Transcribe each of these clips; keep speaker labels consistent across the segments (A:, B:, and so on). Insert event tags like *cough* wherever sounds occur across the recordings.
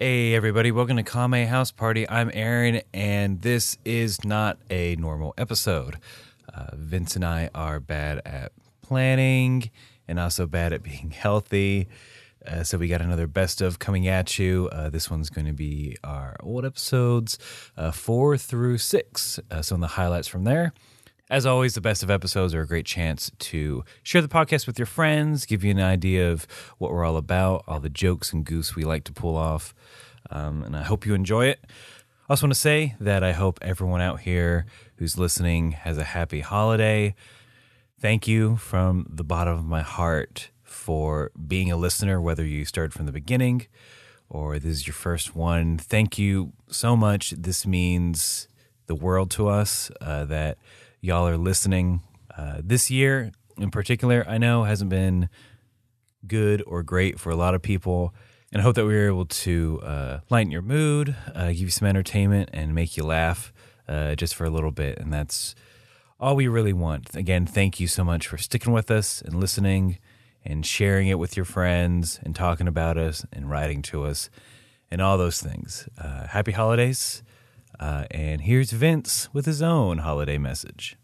A: everybody. Welcome to Kame House Party. I'm Aaron, and this is not a normal episode. Uh, Vince and I are bad at planning and also bad at being *laughs* healthy. Uh, so we got another best of coming at you. Uh, this one's going to be our old episodes uh, four through six. Uh, some of the highlights from there. As always, the best of episodes are a great chance to share the podcast with your friends, give you an idea of what we're all about, all the jokes and goose we like to pull off. Um, and I hope you enjoy it. I also want to say that I hope everyone out here who's listening has a happy holiday. Thank you from the bottom of my heart for being a listener, whether you started from the beginning or this is your first one. Thank you so much. This means the world to us uh, that y'all are listening. Uh, this year in particular, I know hasn't been good or great for a lot of people. And I hope that we were able to uh, lighten your mood, uh, give you some entertainment, and make you laugh uh, just for a little bit. And that's all we really want. Again, thank you so much for sticking with us and listening and sharing it with your friends and talking about us and writing to us and all those things. Uh, happy holidays. Uh, and here's Vince with his own holiday message.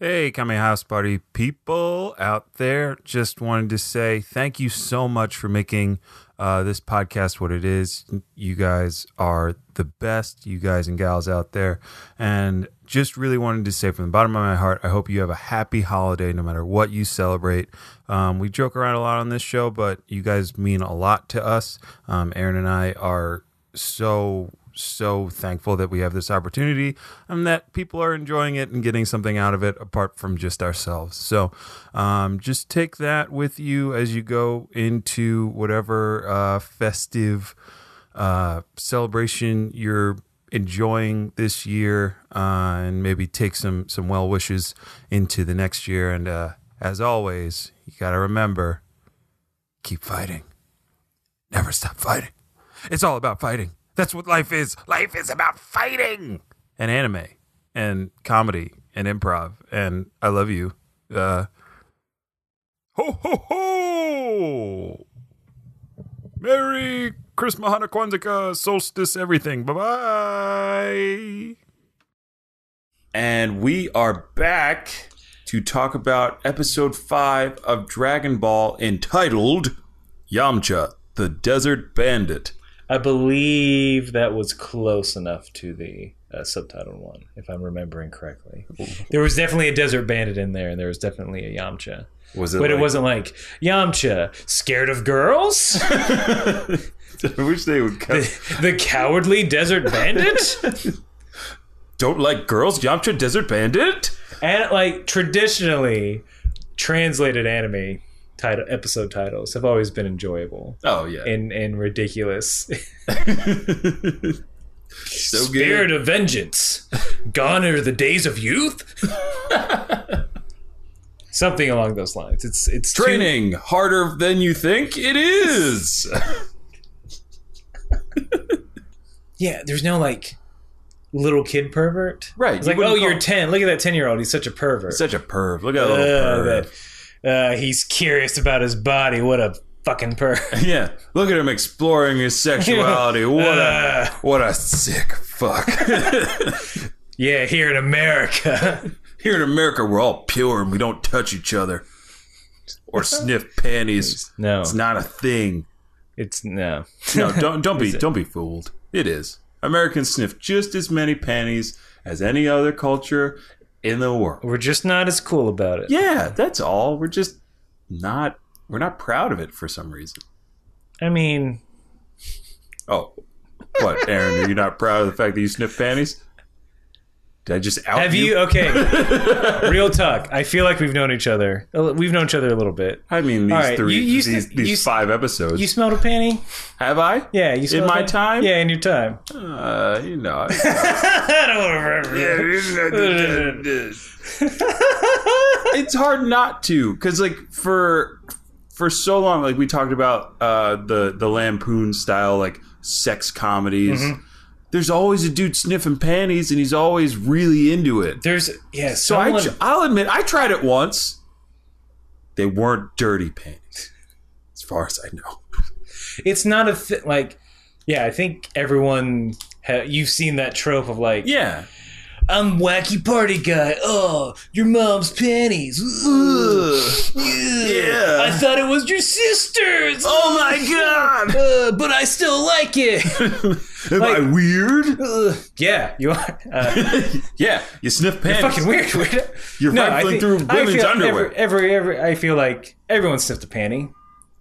B: Hey, Kame House Party people out there. Just wanted to say thank you so much for making uh, this podcast what it is. You guys are the best, you guys and gals out there. And just really wanted to say from the bottom of my heart, I hope you have a happy holiday no matter what you celebrate. Um, we joke around a lot on this show, but you guys mean a lot to us. Um, Aaron and I are so so thankful that we have this opportunity and that people are enjoying it and getting something out of it apart from just ourselves. So um, just take that with you as you go into whatever uh, festive uh, celebration you're enjoying this year uh, and maybe take some, some well wishes into the next year. And uh, as always, you got to remember keep fighting, never stop fighting. It's all about fighting. That's what life is. Life is about fighting and anime and comedy and improv. And I love you. Uh, ho, ho, ho! Merry Christmas, Hanukkah, Kwanzaa, Solstice, everything. Bye bye. And we are back to talk about episode five of Dragon Ball entitled Yamcha, the Desert Bandit.
C: I believe that was close enough to the uh, subtitle one, if I'm remembering correctly. There was definitely a desert bandit in there, and there was definitely a Yamcha.
B: Was
C: But
B: *laughs*
C: it wasn't like Yamcha scared of girls, *laughs*
B: I wish they would cut.
C: the cowardly desert *laughs* bandit,
B: Don't like girls, Yamcha Desert Bandit.
C: and like traditionally translated anime title episode titles have always been enjoyable
B: Oh yeah,
C: and and ridiculous.
B: so
C: Spirit of vengeance. Gone are the days
B: *laughs*
C: of youth. Something along those lines. It's it's too-
B: Training harder than you think it is.
C: yeah, there's no like little kid pervert.
B: Right,
C: It's
B: you
C: like,
B: wouldn't
C: oh, you're
B: call-
C: ten. Look at that ten year old. He's such a pervert.
B: Such a perv. Look at that
C: Uh,
B: little perv.
C: that- uh, he's curious about his body. What a fucking
B: *laughs*
C: perv.
B: Yeah, look at him exploring his sexuality. What
C: Uh.
B: a what a sick fuck.
C: yeah, here in America. *laughs*
B: Here in America, we're all pure and we don't touch each other or sniff panties.
C: No.
B: it's not a thing.
C: it's no. *laughs*
B: No, don't don't be don't be fooled. It is. Americans sniff just as many panties as any other culture in the world.
C: We're just not as cool about it.
B: Yeah, that's all. We're just not we're not proud of it for some reason.
C: I mean,
B: Oh.
C: *laughs*
B: What, Aaron, are you not proud of the fact that you sniff panties? Did I just out
C: Have
B: *laughs*
C: you okay? Real talk. I feel like we've known each other. We've known each other a little bit.
B: I mean these
C: All right,
B: three
C: you- you
B: these,
C: sniff-
B: these
C: you-
B: five episodes.
C: You smelled a panty?
B: Have I?
C: Yeah, you smelled
B: my
C: a-
B: time?
C: Yeah, in your time.
B: Uh, you
C: *laughs*
B: know. *laughs*
C: I don't want to remember.
B: *laughs* it's hard not to because like for for so long like we talked about uh the the lampoon style like sex comedies
C: Mm-hmm.
B: there's always a dude sniffing panties and he's always really into it
C: There's yeah.
B: so I,
C: someone-
B: tr- i'll admit i tried it once they weren't dirty panties as far as i know
C: it's not a thi- like Yeah, I think everyone ha- you've seen that trope of like,
B: Yeah.
C: I'm wacky party guy. Oh, your mom's panties. Ugh.
B: Yeah.
C: I thought it was your sister's.
B: Oh my god!
C: Uh, but I still
B: *laughs*
C: like it.
B: Am I weird?
C: Ugh. yeah, you are. Uh,
B: Yeah, you sniff pants.
C: fucking weird. weird.
B: You're rifling through women's
C: feel
B: underwear.
C: Every, every, every, I feel like everyone sniffed a panty.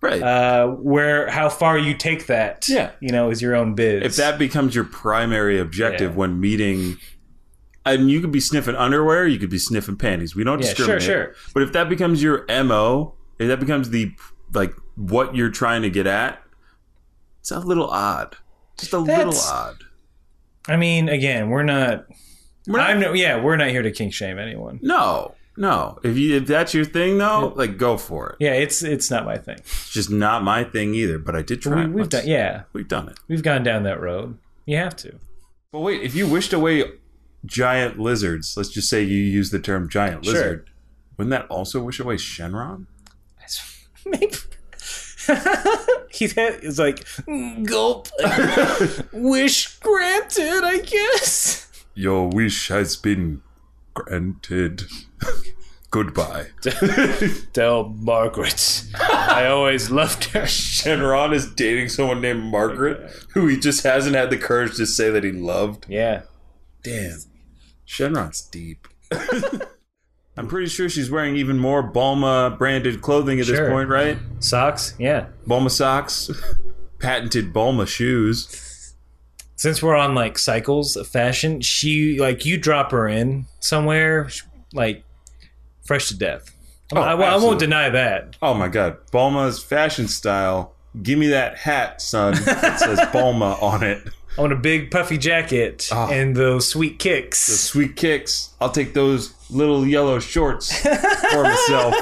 B: Right.
C: Uh, where how far you take that,
B: Yeah.
C: you know, is your own biz.
B: if that becomes your primary objective
C: Yeah.
B: when meeting and you could be sniffing underwear you could be sniffing panties we don't
C: Yeah, sure,
B: discriminate
C: sure.
B: but if that becomes your mo if that becomes the like what you're trying to get at it's a little odd just a little
C: That's-
B: odd
C: I mean, again, we're not.
B: We're not-
C: I'm no, yeah, we're not here to kink shame anyone.
B: no no if you if that's your thing though like go for it
C: Yeah, it's it's not my thing.
B: it's just not my thing either but i did try
C: We,
B: it
C: we've
B: once.
C: done, yeah,
B: we've done it
C: we've gone down that road. You have to. *laughs*
B: but wait if you wished away giant lizards let's just say you use the term giant
C: Sure.
B: lizard wouldn't that also wish away shenron
C: Maybe. *laughs* he had- is like "Mm, gulp. *laughs* Wish granted, I guess.
B: Your wish has been granted. *laughs* Goodbye.
C: Tell Margaret, I always loved her.
B: Shenron is dating someone named Margaret, who he just hasn't had the courage to say that he loved.
C: *laughs* Yeah,
B: Damn. Shenron's deep. *laughs* I'm pretty sure she's wearing even more Balma branded clothing at
C: Sure.
B: this point, right?
C: socks. Yeah.
B: Balma socks, *laughs* patented Balma shoes.
C: Since we're on like cycles of fashion, she like you drop her in somewhere like fresh to death.
B: Oh,
C: I, I won't
B: absolutely.
C: deny that.
B: Oh my god, Balma's fashion style. Give me that hat, son. It
C: *laughs*
B: says Balma on it.
C: I want a big puffy jacket
B: Oh.
C: and Ah. those sweet kicks.
B: the sweet kicks. I'll take those little yellow shorts for
C: *laughs*
B: myself.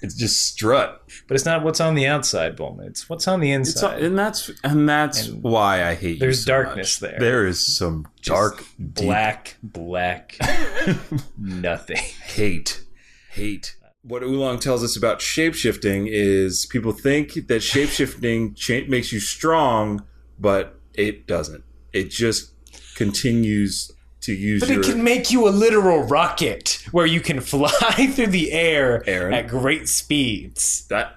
B: It's just strut,
C: But it's not what's on the outside, Bulma. It's what's on the
B: It's-
C: inside.
B: and that's and that's why I hate. you
C: there's
B: so
C: darkness
B: much.
C: there.
B: There is some dark, deep
C: black, *laughs* black, nothing.
B: hate, hate. What Oolong tells us about shapeshifting is people think
C: *laughs*
B: that shapeshifting cha- makes you strong, but it doesn't. It just continues to use
C: But
B: your
C: it can make you a literal rocket where you can *laughs* fly through the air
B: Aaron?
C: at great speeds.
B: that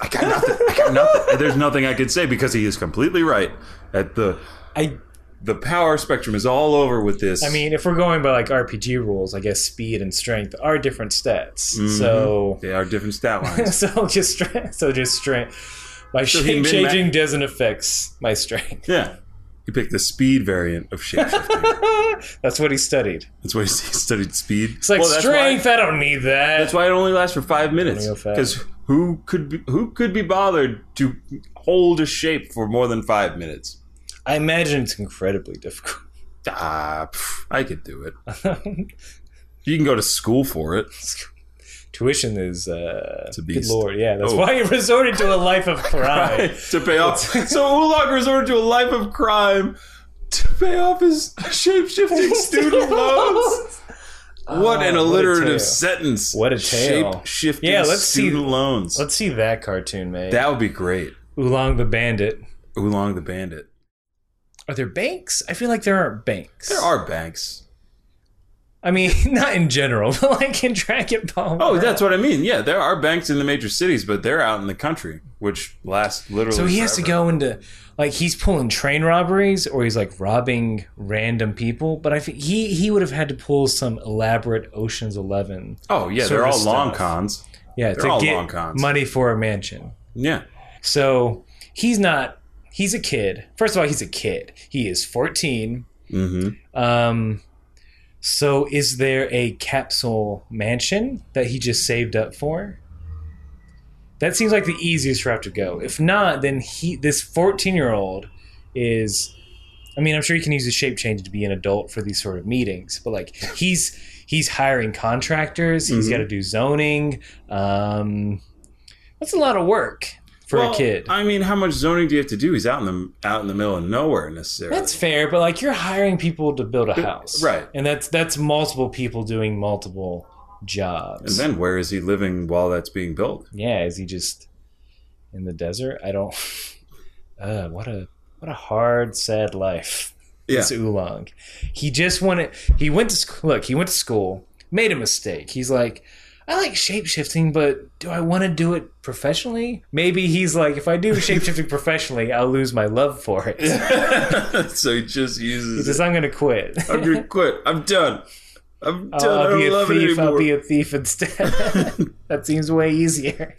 B: I got nothing. I got
C: *laughs*
B: nothing. There's nothing I can say because he is completely right. At the
C: I,
B: the power spectrum is all over with this.
C: I mean, if we're going by like RPG rules, I guess speed and strength are different stats.
B: Mm-hmm.
C: So,
B: they are different
C: *laughs*
B: stat lines.
C: so just strength. So just strength. My
B: he
C: shape
B: min-ma-
C: changing doesn't affect my strength. *laughs*
B: yeah, he picked the speed variant of shapeshifting.
C: That's what he studied.
B: that's why he studied speed.
C: It's like
B: Well, that's why-
C: strength. I don't need that.
B: That's why it only lasts for five minutes.
C: go fast.
B: Because who could be, who could be bothered to hold a shape for more than five minutes?
C: I imagine it's incredibly difficult. *laughs*
B: Ah, pff, I could do it. You can go to school for it.
C: Tuition is uh,
B: a
C: good
B: beast.
C: lord, yeah. That's
B: Oh.
C: why he *laughs* resorted to a
B: *laughs*
C: life of crime.
B: to pay off. so Ulog resorted to a life of crime to pay off his shapeshifting
C: *laughs*
B: student loans. What an
C: Oh, what a
B: alliterative
C: tale.
B: sentence!
C: What a tale.
B: Shapeshifting
C: Yeah, let's see-
B: student loans.
C: Let's see that cartoon, man.
B: that would be great.
C: Oolong the Bandit.
B: Oolong the Bandit.
C: Are there banks? I feel like there aren't banks.
B: There are banks.
C: I mean, *laughs* not in general, but like in Dragon Ball.
B: Oh, that's what I mean. Yeah, there are banks in the major cities, but they're out in the country, which lasts literally.
C: So he has to
B: forever.
C: go into like he's pulling train robberies or he's like robbing random people. But I think he he would have had to pull some elaborate Ocean's Eleven.
B: Oh yeah,
C: sort
B: they're
C: of
B: all long
C: stuff.
B: cons.
C: Yeah,
B: They're
C: to
B: all
C: get
B: long cons.
C: money for a mansion.
B: Yeah,
C: So he's not. He's a kid. First of all, he's a kid. He is 14.
B: hmm
C: Um, so is there a capsule mansion that he just saved up for? That seems like the easiest route to go. If not, then he this 14 year old is. I mean, I'm sure he can use his shape change to be an adult for these sort of meetings, but like he's he's hiring contractors. He's
B: Mhm.
C: got to do zoning. Um, that's a lot of work for
B: Well,
C: a kid.
B: I mean, how much zoning do you have to do? He's out in the out in the middle of nowhere necessarily.
C: That's fair, but like you're hiring people to build a house,
B: right.
C: And that's that's multiple people doing multiple
B: And
C: jobs.
B: then where is he living while that's being built?
C: yeah, is he just in the desert? I don't. *laughs* uh, what a what a hard, sad life.
B: Yeah.
C: This Oolong. He just wanted. He went to sc- look. He went to school. Made a mistake. He's like, I like shapeshifting, but do I want to do it professionally? Maybe he's like, if
B: *laughs*
C: I do shapeshifting professionally, I'll lose my love for it.
B: *laughs*
C: He
B: so he just uses
C: says,
B: it.
C: I'm
B: *laughs*
C: gonna quit.
B: I'm gonna quit. I'm done. I'm done.
C: I'll,
B: I
C: I'll
B: don't
C: be a
B: love
C: thief.
B: it anymore.
C: I'll be a thief instead.
B: *laughs*
C: that seems way easier.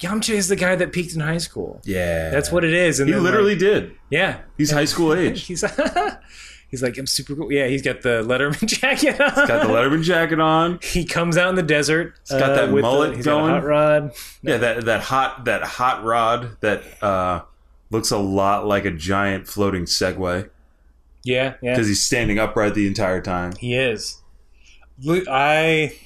C: Yamcha is the guy that peaked in high school.
B: yeah,
C: That's what it is. And
B: he
C: then,
B: literally
C: like,
B: did.
C: yeah,
B: He's high school
C: *laughs*
B: age.
C: he's he's like I'm super cool. Yeah, he's got the Letterman *laughs* jacket on.
B: Got the Letterman jacket on.
C: he comes out in the desert. He's
B: got that mullet
C: he's
B: going.
C: Got a hot rod.
B: Yeah, that that hot that hot rod that uh, looks a lot like a giant floating Segway
C: Yeah, yeah,
B: because he's standing upright the entire time.
C: he is. Look, I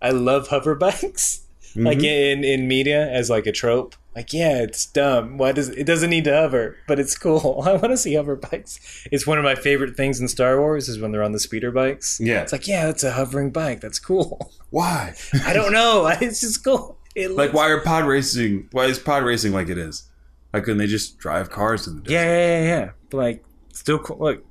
C: I love hover bikes. Like in in media as like a trope. Like yeah, it's dumb. Why does it doesn't need to hover, but it's cool. *laughs* I want to see hover bikes. It's one of my favorite things in Star Wars is when they're on the speeder bikes.
B: Yeah.
C: It's like yeah, it's a hovering bike. That's cool. *laughs*
B: Why?
C: I don't know. *laughs* It's just cool. It
B: Like,
C: looks-
B: why are pod racing? Why is pod racing like it is? Why couldn't they just drive cars in the
C: Yeah,
B: desert?
C: yeah, yeah, yeah. But like, still cool. Look,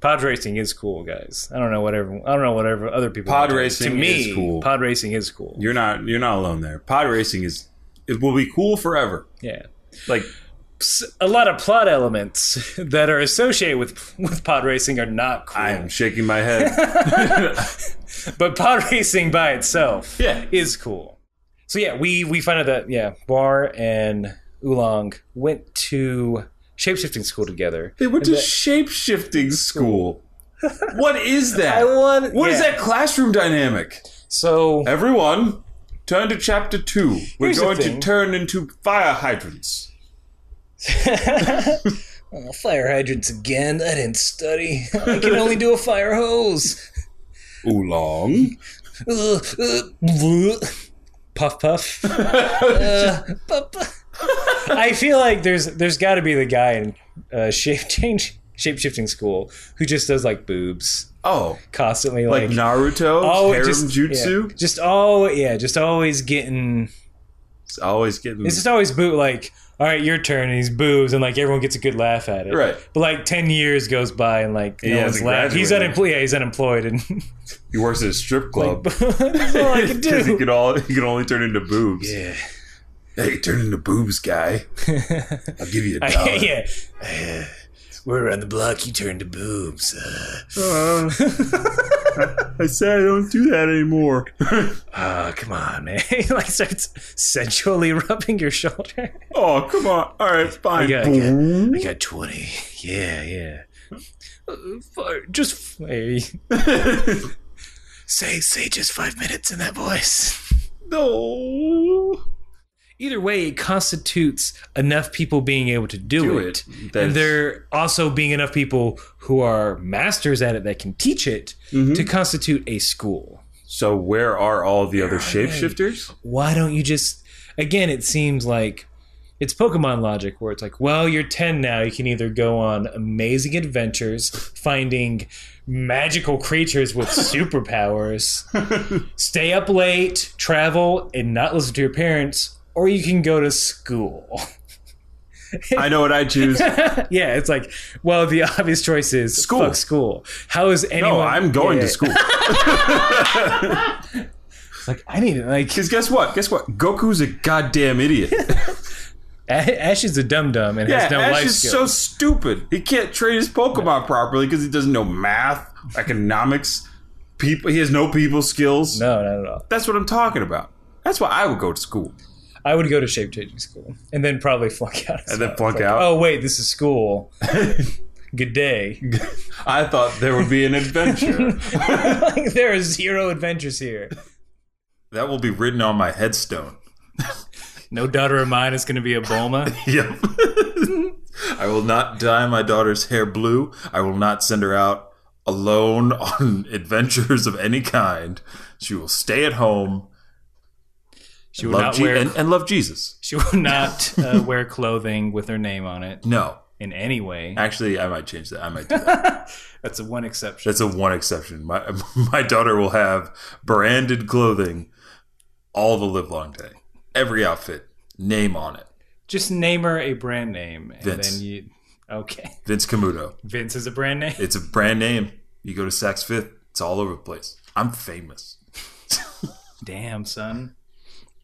C: pod racing is cool, guys. I don't know whatever. I don't know whatever other people.
B: Pod
C: are doing.
B: racing
C: to me,
B: is cool.
C: Pod racing is cool.
B: You're not you're not alone there. Pod racing is it will be cool forever.
C: yeah.
B: Like
C: S- A lot of plot elements *laughs* that are associated with with pod racing are not cool.
B: I am shaking my
C: *laughs*
B: head.
C: But pod *laughs* racing by itself
B: Yeah.
C: is cool. So yeah, we we find out that yeah, War and Oolong went to shapeshifting school together.
B: They went to shape shifting
C: *laughs*
B: school. What is that?
C: I want-
B: What is
C: yeah.
B: that classroom dynamic?
C: So
B: Everyone, turn to chapter two. We're
C: Here's the
B: going to
C: thing.
B: turn into fire hydrants.
C: Oh, fire hydrants again. I didn't study. I can only do a fire hose.
B: Oolong.
C: Uh, uh, bleh. puff puff. *laughs* Uh, puff, puff. I feel like there's there's got to be the guy in uh, shape change shape shifting school who just does like boobs
B: Oh,
C: constantly
B: like,
C: like,
B: Naruto,
C: al-
B: harem
C: just,
B: jutsu.
C: yeah, just all yeah just always getting
B: It's always getting
C: it's just always boot like all right your turn and he's boobs and like everyone gets a good laugh at it
B: Right.
C: but like 10 years goes by and like no one's
B: hasn't
C: laugh. he's
B: graduated.
C: unemployed yeah he's unemployed and *laughs*
B: He works at a strip club.
C: that's all
B: *laughs*
C: I can
B: Because he
C: do.
B: could all he could only turn into boobs.
C: Yeah.
B: Hey, turn into boobs,
C: *laughs*
B: guy. I'll give you a dollar.
C: yeah. Oh, *laughs* We're around the block. You turn to boobs.
B: Uh, I said I don't do that anymore.
C: Ah, come on, man. *laughs* he like starts sensually *laughs* rubbing your shoulder.
B: oh, come on. All right, fine.
C: Yeah, yeah.
B: Boom.
C: I got twenty. Yeah, yeah. Uh, fi- just f- hey. *laughs* say say just five minutes in that voice.
B: No.
C: Either way, it constitutes enough people being able to do,
B: Do
C: it.
B: it.
C: and
B: That's-
C: there also being enough people who are masters at it that can teach it to constitute a school.
B: So where are all the other
C: *laughs*
B: shapeshifters?
C: why don't you just again it seems like it's pokemon logic where it's like well you're 10 now you can either go on amazing adventures finding magical
B: *laughs*
C: creatures with superpowers stay up late travel and not listen to your parents or you can go to school *laughs*
B: I know what I choose.
C: yeah it's like well the *laughs* obvious choice is
B: School.
C: fuck school how is anyone
B: No, Oh, I'm going
C: Yeah,
B: to school.
C: it's like i need it like *laughs*
B: Because guess what? Guess what? Goku's a goddamn *laughs* idiot.
C: A- ash is a dum dum and
B: Yeah,
C: has no
B: Ash
C: life
B: is
C: skills
B: so stupid. He can't train his Pokemon properly because he doesn't know math, economics, people. He has no people skills.
C: no not at all
B: That's what I'm talking about. That's why I would go to school
C: I would go to shape changing school and then probably flunk out.
B: and then flunk out.
C: Oh wait, this is school.
B: *laughs*
C: Good day.
B: I thought there would be an *laughs* adventure
C: like *laughs* there are zero adventures here.
B: that will be written on my headstone. *laughs*
C: No daughter of mine is going to be a Bulma.
B: Yep. *laughs* I will not dye my daughter's hair blue. I will not send her out alone *laughs* on adventures of any kind. She will stay at home
C: She will
B: love
C: not
B: Je-
C: wear.
B: and, and love Jesus.
C: she will not uh, wear clothing with her name on it
B: No.
C: in any way.
B: Actually, I might change that. I might do that.
C: That's the one exception.
B: That's a one exception. My *laughs* my daughter will have branded clothing all the livelong day. Every outfit, name on it.
C: Just name her a brand name, and
B: Vince.
C: then you. Okay, *laughs*
B: Vince Camuto.
C: Vince is a brand name.
B: It's a brand name. You go to Saks Fifth, it's all over the place. I'm famous.
C: Damn, son,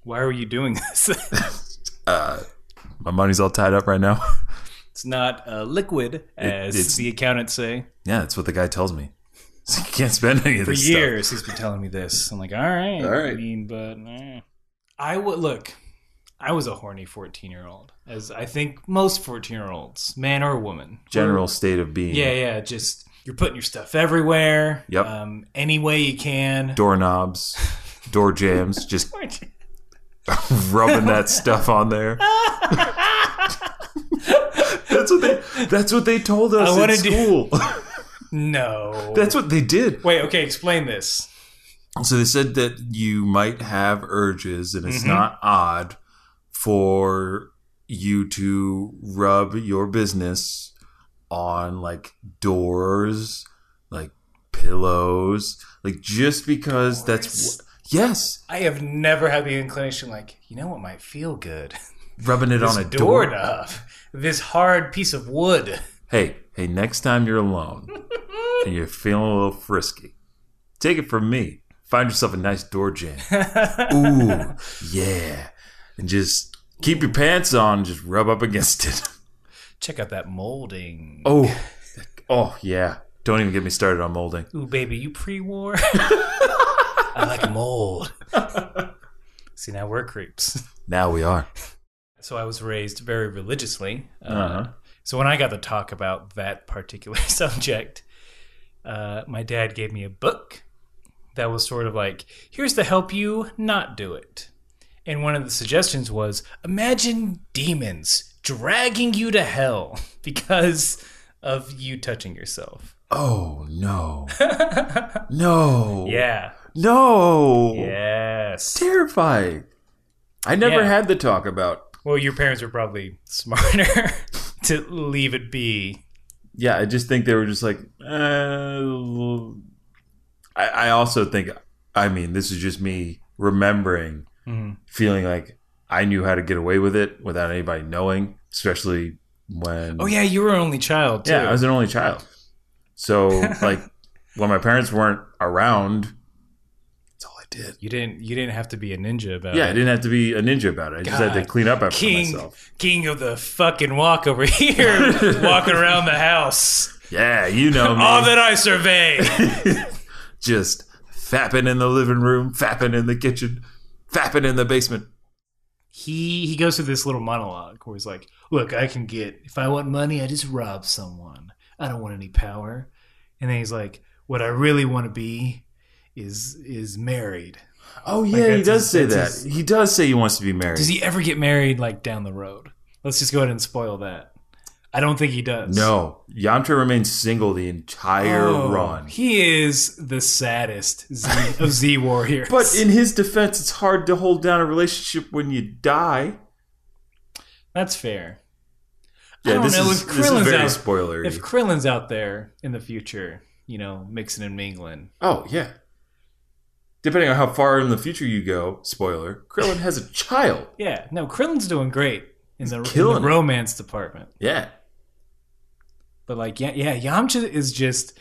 C: why were you doing this? *laughs*
B: My money's all tied up right now. *laughs*
C: it's not uh, liquid, as
B: it's-
C: the accountants say.
B: yeah, that's what the guy tells me. *laughs* He's like, you can't spend any of
C: For
B: this
C: years, he's been telling me this. I'm like, all right,
D: All right.
C: I mean, but eh. I would look. I was a horny 14 year old, as I think most 14 year olds, man or woman,
B: stuff. General state of being.
C: Yeah, yeah. Just you're putting your stuff everywhere.
B: Yep.
C: Um, any way you can.
B: Doorknobs, door jams, just rubbing that stuff on
C: *laughs*
B: there. that's what they. That's what they told us
C: I
B: at
C: wanna do-
B: school.
C: *laughs*
B: *laughs*
C: no.
B: that's what they did.
C: Wait. Okay. Explain this.
B: So they said that you might have urges, and
C: Mm-hmm.
B: it's not odd for you to rub your business on like doors, like pillows, like just because that's
C: Doors?
B: wh- yes,
C: I have never had the inclination. Like, you know what might feel good?
B: rubbing it
C: This
B: on a door.
C: doorknob. This hard piece of wood.
B: Hey, hey, next time you're
C: *laughs*
B: alone and you're feeling a little frisky, take it from me. Find yourself a nice door
C: *laughs*
B: jam. Ooh, yeah. And just keep your pants on, just rub up against it. *laughs*
C: Check out that molding.
B: Oh, oh, yeah. Don't even get me started on molding.
C: Ooh, baby, you pre-war. I like mold. See, now we're creeps.
B: Now we are.
C: So I was raised very religiously. Uh,
B: Uh-huh.
C: So when I got to talk about that particular *laughs* subject, uh, my dad gave me a book that was sort of like, here's to help you not do it. And one of the suggestions was imagine demons dragging you to hell *laughs* because of you touching yourself.
B: Oh,
C: *laughs*
B: no. No.
C: Yeah.
B: No.
C: Yes.
B: Terrifying. I never
C: Yeah.
B: had the talk about.
C: Well, your parents were probably smarter *laughs* to leave it be.
B: Yeah, I just think they were just like, uh, I, I also think, I mean, this is just me remembering
C: Mhm.
B: feeling like I knew how to get away with it without anybody knowing, especially when.
C: Oh, yeah, you were an only child, too.
B: Yeah, I was an only child.
C: *laughs*
B: So, like, when my parents weren't around, that's all I did.
C: You didn't. You didn't have to be a ninja about
B: Yeah, I
C: it.
B: didn't have to be a ninja about it. I just had to
C: God.
B: clean up after
C: King,
B: myself.
C: king of the fucking walk
B: *laughs*
C: over *laughs* here, walking around the house.
B: Yeah, you know me.
C: *laughs* All that I survey.
B: just fapping in the living room, fapping in the kitchen, fapping in the basement.
C: he he goes through this little monologue where he's like, "Look, I can get if I want money, I just rob someone. I don't want any power." And then he's like, "What I really want to be is is married."
B: Oh yeah, he
C: that's
B: does
C: his-
B: say that.
C: that's
B: he does say he wants to be married.
C: Does he ever get married like down the road? Let's just go ahead and spoil that. I don't think he does.
B: no, Yamcha remains single the entire
C: Oh,
B: run.
C: He is the saddest Z of Z
B: *laughs*
C: warriors.
B: But in his defense, it's hard to hold down a relationship when you die.
C: That's fair.
B: Yeah,
C: I don't
B: this,
C: know
B: is,
C: if
B: this is
C: Krillin's
B: very
C: out-
B: spoilery.
C: If Krillin's out there in the future, you know, mixing and mingling,
B: oh yeah. Depending on how far in the future you go, spoiler, Krillin has a child.
C: yeah, no, Krillin's doing great in the, in the
B: killing it.
C: romance department.
B: Yeah.
C: But like, yeah, yeah, Yamcha is just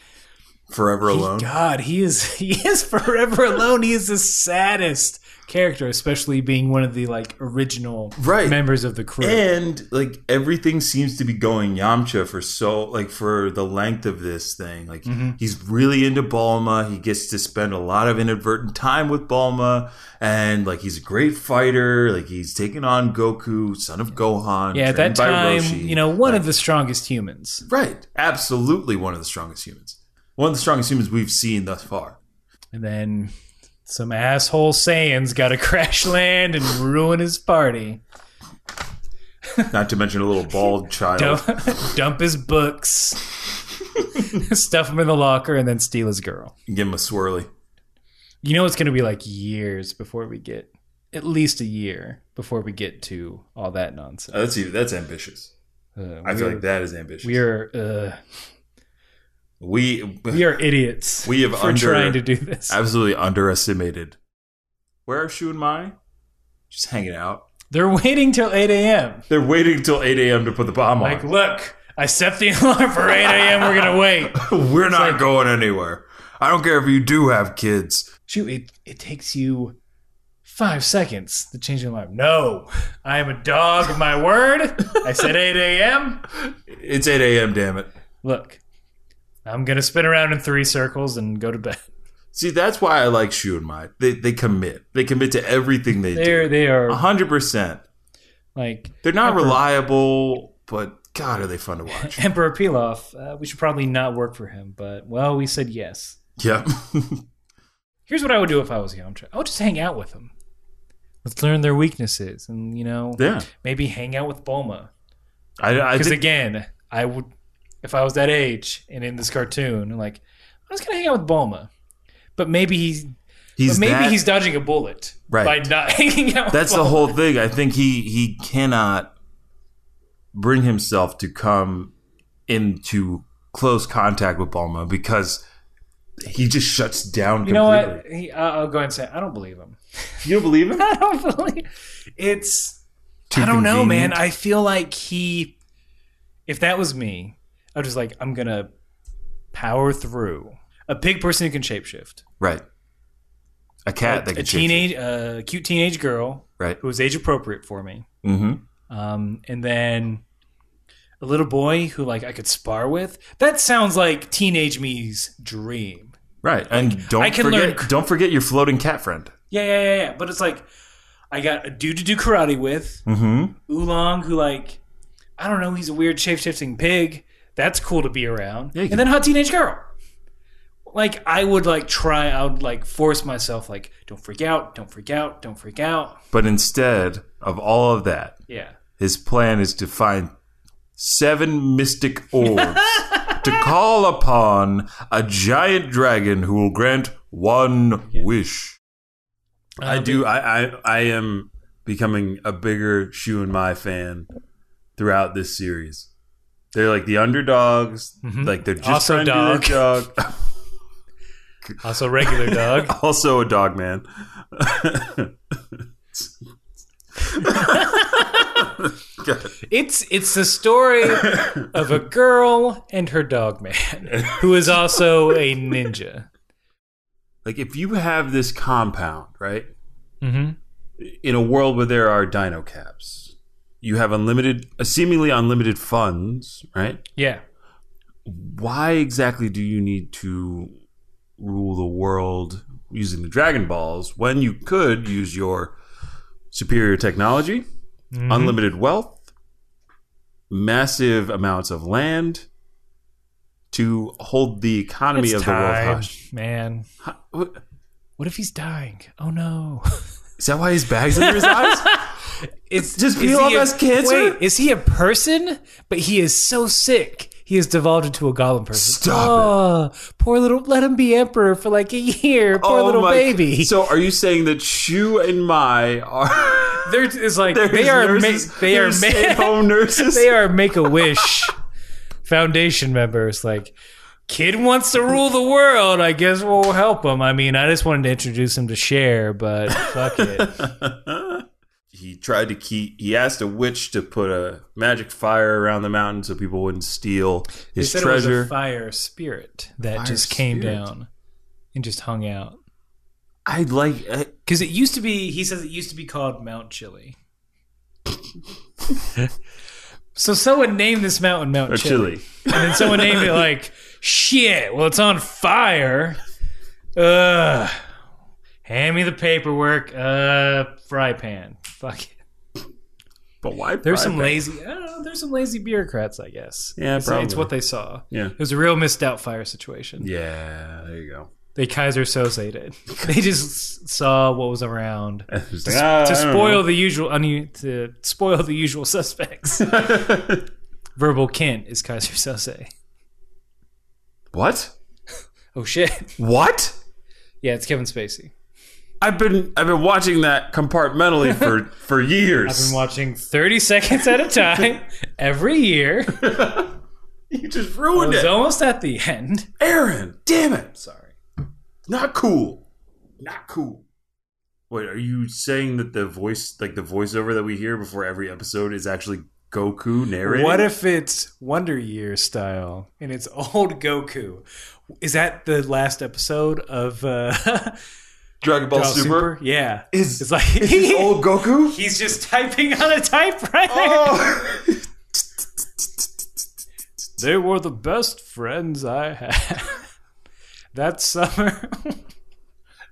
B: Forever
C: he-
B: alone.
C: God. He is *laughs* he is forever alone. He is the saddest character, especially being one of the like original
B: Right.
C: members of the crew.
B: And like everything seems to be going Yamcha for so like for the length of this thing. Like
C: Mm-hmm.
B: he's really into Balma. He gets to spend a lot of inadvertent time with Balma, and like he's a great fighter. Like he's taking on Goku, son of Gohan.
C: yeah, at
B: trained
C: that
B: by
C: time,
B: Roshi.
C: you know, one of the strongest humans.
B: right, absolutely one of the strongest humans. One of the strongest humans we've seen thus
C: *laughs*
B: far.
C: And then some asshole Saiyan's got to crash *laughs* land and ruin his party.
B: Not to mention a little bald child.
C: Dump, *laughs* dump his books, *laughs* stuff him in the locker, and then steal his girl.
B: Give him a swirly.
C: You know, it's going to be like years before we get, at least a year before we get to all that nonsense.
B: Oh, that's even that's ambitious.
C: Uh,
B: I feel
C: we're-
B: like that is ambitious.
C: We are uh,
B: we
C: we are idiots.
B: We have
C: for
B: under-
C: trying to do this.
B: absolutely underestimated. Where are Shu and Mai? Just hanging out.
C: They're waiting till 8 a.m.
B: They're waiting till 8 a.m. to put the bomb
C: Like, look, I set the *laughs* alarm for 8 a.m. We're gonna wait.
B: on. We're not going anywhere. I don't care if you do have kids.
C: Shoot, it, it takes you five seconds to change your alarm. No, I am a dog of my word. I said 8 a.m.
B: It's 8 a.m., damn it.
C: Look, I'm gonna spin around in three circles and go to bed.
B: See, that's why I like Shu and Mai. They, they commit. They commit to everything they
C: They're
B: do.
C: they are
B: 100%.
C: like
B: They're not reliable, but God, are they fun to
C: *laughs*
B: watch.
C: Emperor Pilaf. Uh, we should probably not work for him, but well, we said yes.
B: yep.
C: Here's what I would do if I was Yamcha. I would just hang out with them. Let's learn their weaknesses, and you know,
B: yeah.
C: maybe hang out with Bulma.
B: I,
C: *laughs*
B: I
C: Because
B: think
C: again, I would, if I was that age and in this cartoon, I'm like I'm just gonna hang out with Bulma. But maybe he's,
B: he's
C: but maybe
B: that-
C: he's dodging a bullet
B: Right.
C: by not *laughs* hanging out.
B: That's
C: with
B: the
C: Bulma.
B: whole thing. I think he he cannot bring himself to come into close contact with Bulma because he just shuts down.
C: You know what? He, I- I'll go ahead and say it. I don't believe him.
B: You don't believe him?
C: *laughs* I don't believe it's. I don't know, man. I feel like he. If that was me, I was just like, I'm gonna power through. A big person who can shapeshift.
B: Right. A cat that
C: a
B: can
C: teenage, a cute teenage girl
B: Right.
C: who was age appropriate for me,
B: Mm-hmm.
C: um, and then a little boy who like I could spar with. That sounds like teenage me's dream.
B: Right. And don't
C: I can
B: forget
C: learn-
B: don't forget your floating cat friend.
C: Yeah, yeah, yeah, yeah. But it's like I got a dude to do karate with.
B: Mm-hmm.
C: Oolong, who like I don't know, he's a weird shape shifting pig. That's cool to be around.
B: Yeah, you can-
C: and then hot teenage girl. Like I would like try, I would like force myself, like don't freak out, don't freak out, don't freak out.
B: But instead of all of that,
C: Yeah,
B: his plan is to find seven mystic orbs to call upon a giant dragon who will grant one wish.
C: Uh,
E: I do. I, I I am becoming a bigger Shu and Mai fan throughout this series. They're like the underdogs. Like they're just
C: Also
E: trying to do their dog.
C: Also, regular dog.
E: *laughs* also a dog man.
C: *laughs* it's it's the story of a girl and her dog man, who is also a ninja.
E: Like if you have this compound, right?
C: Mm-hmm.
E: in a world where there are dino caps, you have unlimited, uh, seemingly unlimited funds, right?
C: Yeah,
E: Why exactly do you need to rule the world using the Dragon Balls when you could use your superior technology,
C: Mm-hmm.
E: unlimited wealth, massive amounts of land to hold the economy
C: It's
E: of the
C: time,
E: world hostage?
C: man.
E: Ha- what-
C: What if he's dying? Oh no.
E: Is that why his bag's under his
C: *laughs*
E: eyes?
C: It's
E: Does
C: is
E: Pilaf
C: he a-
E: has cancer?
C: Wait, is he a person? But he is so sick. He has devolved into a goblin person.
B: Stop
C: oh, Poor little. Let him be emperor for like a year. Poor
E: Oh
C: little
E: my-
C: baby.
E: So are you saying that Shu and Mai are *laughs*
C: There is like
E: There's
C: they are. Ma-
E: nurses.
C: they are.
E: There's
C: *laughs* Ma-
E: stay-at-home nurses.
C: they are Make a Wish Foundation members. Like, kid wants to rule the world. I guess we'll help him. I mean, I just wanted to introduce him to Share, but *laughs* fuck it.
E: He tried to keep. He asked a witch to put a magic fire around the mountain so people wouldn't steal
C: They
E: his
C: said It was
E: treasure.
C: a fire spirit that
E: Fire
C: just came
E: spirit.
C: down and just hung out.
E: I like. uh, I,
C: Because it used to be, he says it used to be called Mount Chili.
E: *laughs*
C: so someone named this mountain Mount
E: or
C: Chili.
E: chili.
C: And then someone named it like, shit, well, it's on fire. Ugh. Hand me the paperwork. Uh, fry pan. Fuck it.
E: But why?
C: There's
E: fry
C: some
E: back?
C: lazy, I don't know, there's some lazy bureaucrats, I guess.
E: Yeah,
C: it's, It's
E: probably.
C: what they saw.
E: Yeah.
C: It was a real missed out fire situation.
E: Yeah. There you go.
C: They Kaiser Soze did. *laughs* They just saw what was around
B: Uh,
E: It's like, ah, I
C: to
E: don't
C: spoil
E: know.
C: the usual unu- to spoil the usual suspects. Verbal Kent is Kaiser Sose.
E: What?
C: Oh shit!
E: What?
C: Yeah, it's Kevin Spacey.
E: I've been I've been watching that compartmentally for
C: *laughs*
E: for years.
C: I've been watching 30 seconds at a time every year.
E: you just
C: I
E: ruined
C: was
E: it,
C: almost at the end.
E: Aaron. Damn it!
C: Sorry.
E: Not cool. Not cool.
B: Wait, are you saying that the voice, like the voiceover that we hear before every episode, is actually Goku narrating?
C: What if it's Wonder Year style and it's old Goku? Is that the last episode of uh, *laughs*
B: Dragon Ball
C: Dragon
B: Super?
C: Yeah,
B: Is-
C: it's like *laughs*
B: Is old *laughs* Goku?
C: he's just typing on a typewriter.
B: Oh,
C: They were the best friends I had *laughs* that summer.
B: *laughs*
C: *laughs*
B: and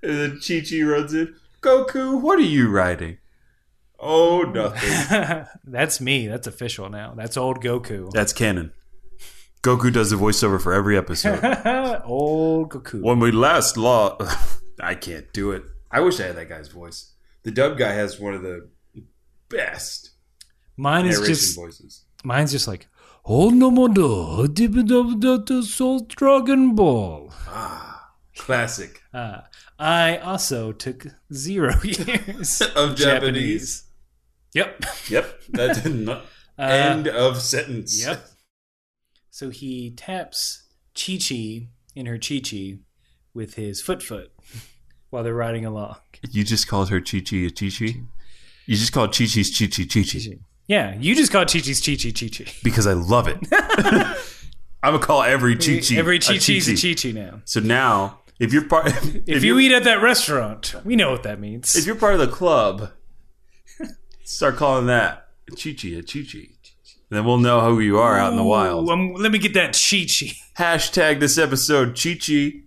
B: then Chi Chi runs in. Goku, what are you writing? Oh, nothing.
C: *laughs* That's me. That's official now. That's old Goku. *laughs*
B: That's canon. Goku does the voiceover for every episode.
C: *laughs* old Goku.
B: when we last law *laughs* i can't do it i wish i had that guy's voice
D: The dub guy has one of the best
C: Mine is
D: narration
C: just
D: voices.
C: mine's just like oh no more do, dibidabidabida, soul Dragon Ball.
D: Classic.
C: Uh, I also took zero *laughs* years
D: Of Japanese.
C: Yep.
D: Yep. That did *laughs* not
C: Uh,
D: end of sentence.
C: Yep. *laughs* So he taps Chi Chi in her Chi Chi with his foot foot *laughs* while they're riding along.
B: you just called her chi chi a chi chi you just called chi chi's chi chi chi chi
C: Yeah, you just called Chi Chi's Chi Chi Chi Chi.
B: because i love
C: *laughs*
B: it i'm gonna call every chi chi
C: Every Chi Chi's a Chi Chi now.
B: so now if you're
C: *laughs*
B: part if,
C: If, you
B: you're,
C: eat at that restaurant, we know what that means.
B: if you're part of the club start calling that chi chi a chi chi then we'll know who you are out in the
C: Ooh,
B: wild
C: um, let me get that Chi Chi. *laughs*
B: hashtag this episode chi chi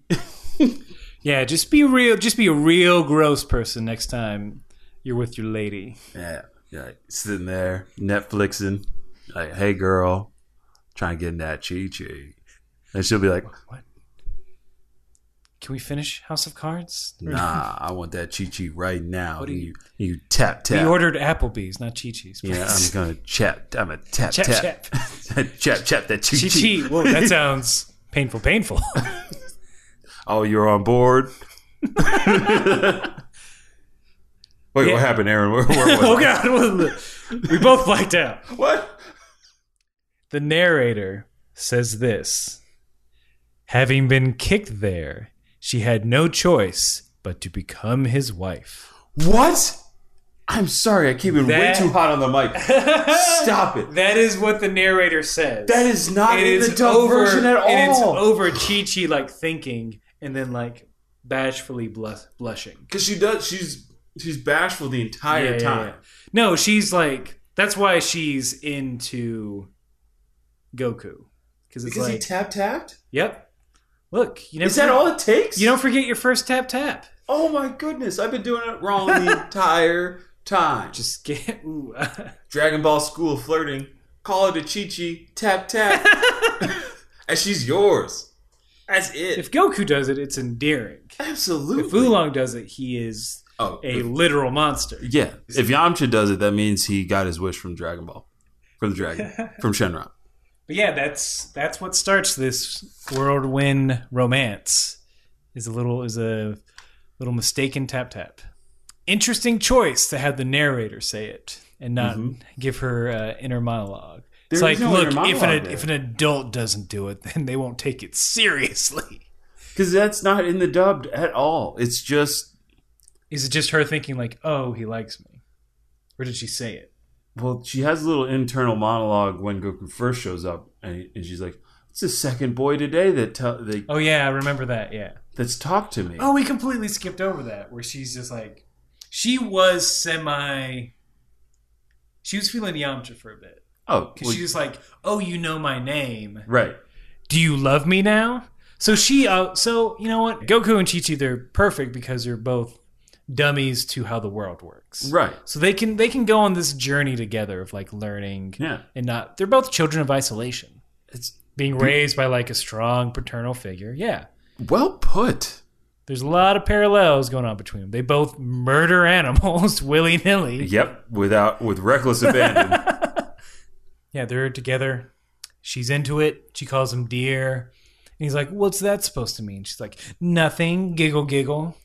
C: Yeah, just be real. Just be a real gross person next time you're with your lady.
B: Yeah, yeah, like, sitting there Netflixing, like, "Hey, girl, trying to get in that chi chi," and she'll be like,
C: Can we finish House of Cards?
B: "Nah, I want that chi chi right now."
C: do
B: And you, you tap
C: We
B: tap.
C: ordered Applebee's, not Chi Chi's.
B: yeah, I'm
C: please.
B: gonna chap. I'm gonna tap
C: *laughs* Chap,
B: tap chap *laughs* chap, that chi
C: Chi Chi.
B: chi.
C: Whoa, that
B: *laughs*
C: sounds painful, painful.
B: Oh, you're on board. *laughs* Wait,
C: Yeah.
B: what happened, Aaron? Where, where
C: *laughs*
B: was
C: oh
B: I?
C: god we both blacked out
B: What?
C: the narrator says this having been kicked there she had no choice but to become his wife
B: What? I'm sorry, I came in
C: That-
B: way too hot on the mic.
C: *laughs*
B: Stop it.
C: that is what the narrator says
B: That is not
C: It
B: in the
C: is
B: dub
C: over-
B: version at all.
C: and it's over chi chi like thinking and then like bashfully blush, blushing
B: Because she does. She's she's bashful the
C: Yeah,
B: entire
C: yeah,
B: time.
C: yeah. no she's like that's why she's into goku because it's
B: Because he
C: like
B: tap tapped.
C: Yep. Look, you never
B: Is that
C: forget-
B: all it takes?
C: You don't forget your first tap tap.
B: Oh my goodness! I've been doing it wrong
C: *laughs*
B: the entire time. Just
C: Just get *laughs* ooh.
B: Dragon Ball school flirting. Call it a chi chi. Tap
C: *laughs*
B: tap. and she's yours. That's it.
C: if Goku does it, it's endearing.
B: Absolutely.
C: If Oolong does it, he is
B: oh,
C: a literal monster.
B: yeah. If Yamcha does it, that means he got his wish from Dragon Ball, from the dragon,
C: *laughs*
B: from Shenron.
C: But yeah, that's that's what starts this whirlwind romance. Is a little is a little mistaken tap tap. Interesting choice to have the narrator say it and not give her uh, inner monologue. it's
B: Mm-hmm. There
C: like,
B: is no
C: look,
B: inner
C: if an
B: monologue
C: if an adult doesn't do it, *laughs* then they won't take it seriously.
B: Because that's not in the dubbed at all. It's just
C: Is it just her thinking like, "Oh, he likes me," or did she say it?
B: Well, she has a little internal monologue when Goku first shows up, and, and she's like, "It's the second boy today that te- that
C: Oh yeah, I remember that. Yeah.
B: that's talked to me."
C: Oh, we completely skipped over that where she's just like, she was semi. She was feeling Yamcha for a bit
B: oh
C: because
B: well,
C: she's like, "Oh, you know my name.
B: right.
C: Do you love me now?" So she, uh, so you know what? Goku and Chi Chi, they're perfect because they're both dummies to how the world works.
B: Right.
C: So they can they can go on this journey together of like learning
B: Yeah.
C: and not. They're both children of isolation.
B: It's
C: being raised by like a strong paternal figure. Yeah.
B: well put.
C: There's a lot of parallels going on between them. They both murder *laughs* animals willy nilly.
B: Yep. Without with reckless abandon.
C: *laughs* Yeah, they're together. She's into it. She calls him dear. And he's like, What's that supposed to mean? She's like, Nothing. Giggle, giggle.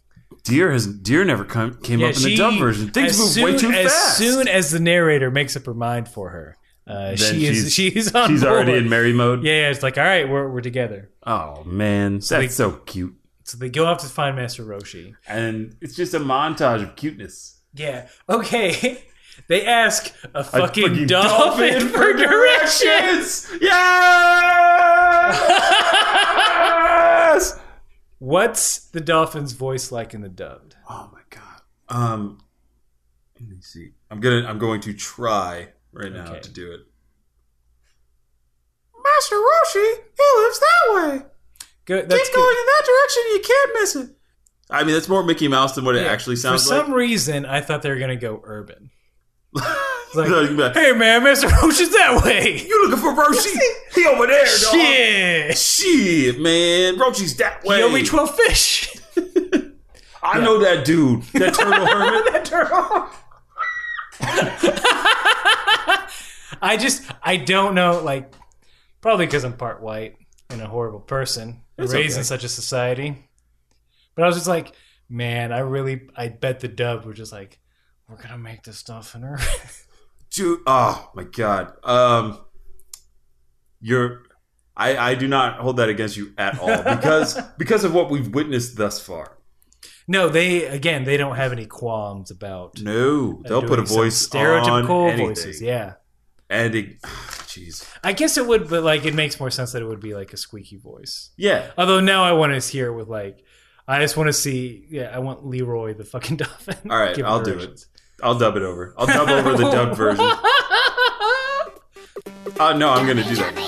B: deer has deer never come, came
C: Yeah,
B: up in the dub version. Things
C: as
B: move way too
C: soon- as
B: fast.
C: soon as the narrator makes up her mind for her, uh,
B: Then
C: she is
B: she's-
C: she's on
B: she's already
C: board.
B: in Mary mode.
C: Yeah, yeah, it's like, All right, we're, we're together.
B: Oh man, that's so cute.
C: So they go off to find Master Roshi.
F: and it's just a montage of cuteness.
C: Yeah. Okay. *laughs* They ask a fucking,
F: fucking
C: dolphin,
F: dolphin
C: for directions.
F: Yes!
C: What's the dolphin's voice like in the dubbed?
B: *laughs* Oh my god. Um, let me see. I'm gonna. I'm going to try right now
C: Okay.
B: to do it.
G: Master Roshi, he lives that way.
C: Good. That's good.
G: in that direction, you can't miss it.
B: I mean, that's more Mickey Mouse than what it
C: Yeah.
B: actually
C: For
B: sounds
C: some
B: like.
C: reason, I thought they were gonna go urban. *laughs* like-
B: So you can be *laughs* like,
C: Hey man, Master Roshi's
B: *laughs*
C: that way.
B: you looking for
C: *laughs*
B: Roshi? he over there, dog. Shit,
C: Shit.
B: man. Roshi's that way.
C: He owe me twelve fish. *laughs*
B: I know that dude. That turtle hermit.
C: I just I don't know. Like probably because I'm part white and a horrible person raised in such a society. But I was just like, man, I really I bet the dub were just like, we're gonna make this stuff in her.
B: Dude, oh my god. Um, you're. I, I do not hold that against you at
C: *laughs*
B: all because because of what we've witnessed thus far.
C: no, they again they don't have any qualms about.
B: No, they'll put a
C: doing some
B: voice
C: stereotypical
B: on anything.
C: voices. Yeah.
B: And it, ah, jeez,
C: I guess it would, but like it makes more sense that it would be like a squeaky voice.
B: yeah,
C: Although now I want to hear with like, I just want to see. Yeah, I want Leroy the fucking *laughs* dolphin.
B: All right,
C: giving
B: I'll do
C: directions.
B: I'll
C: *laughs*
B: dub it over. I'll dub over the dubbed version. Uh, no, I'm gonna do that.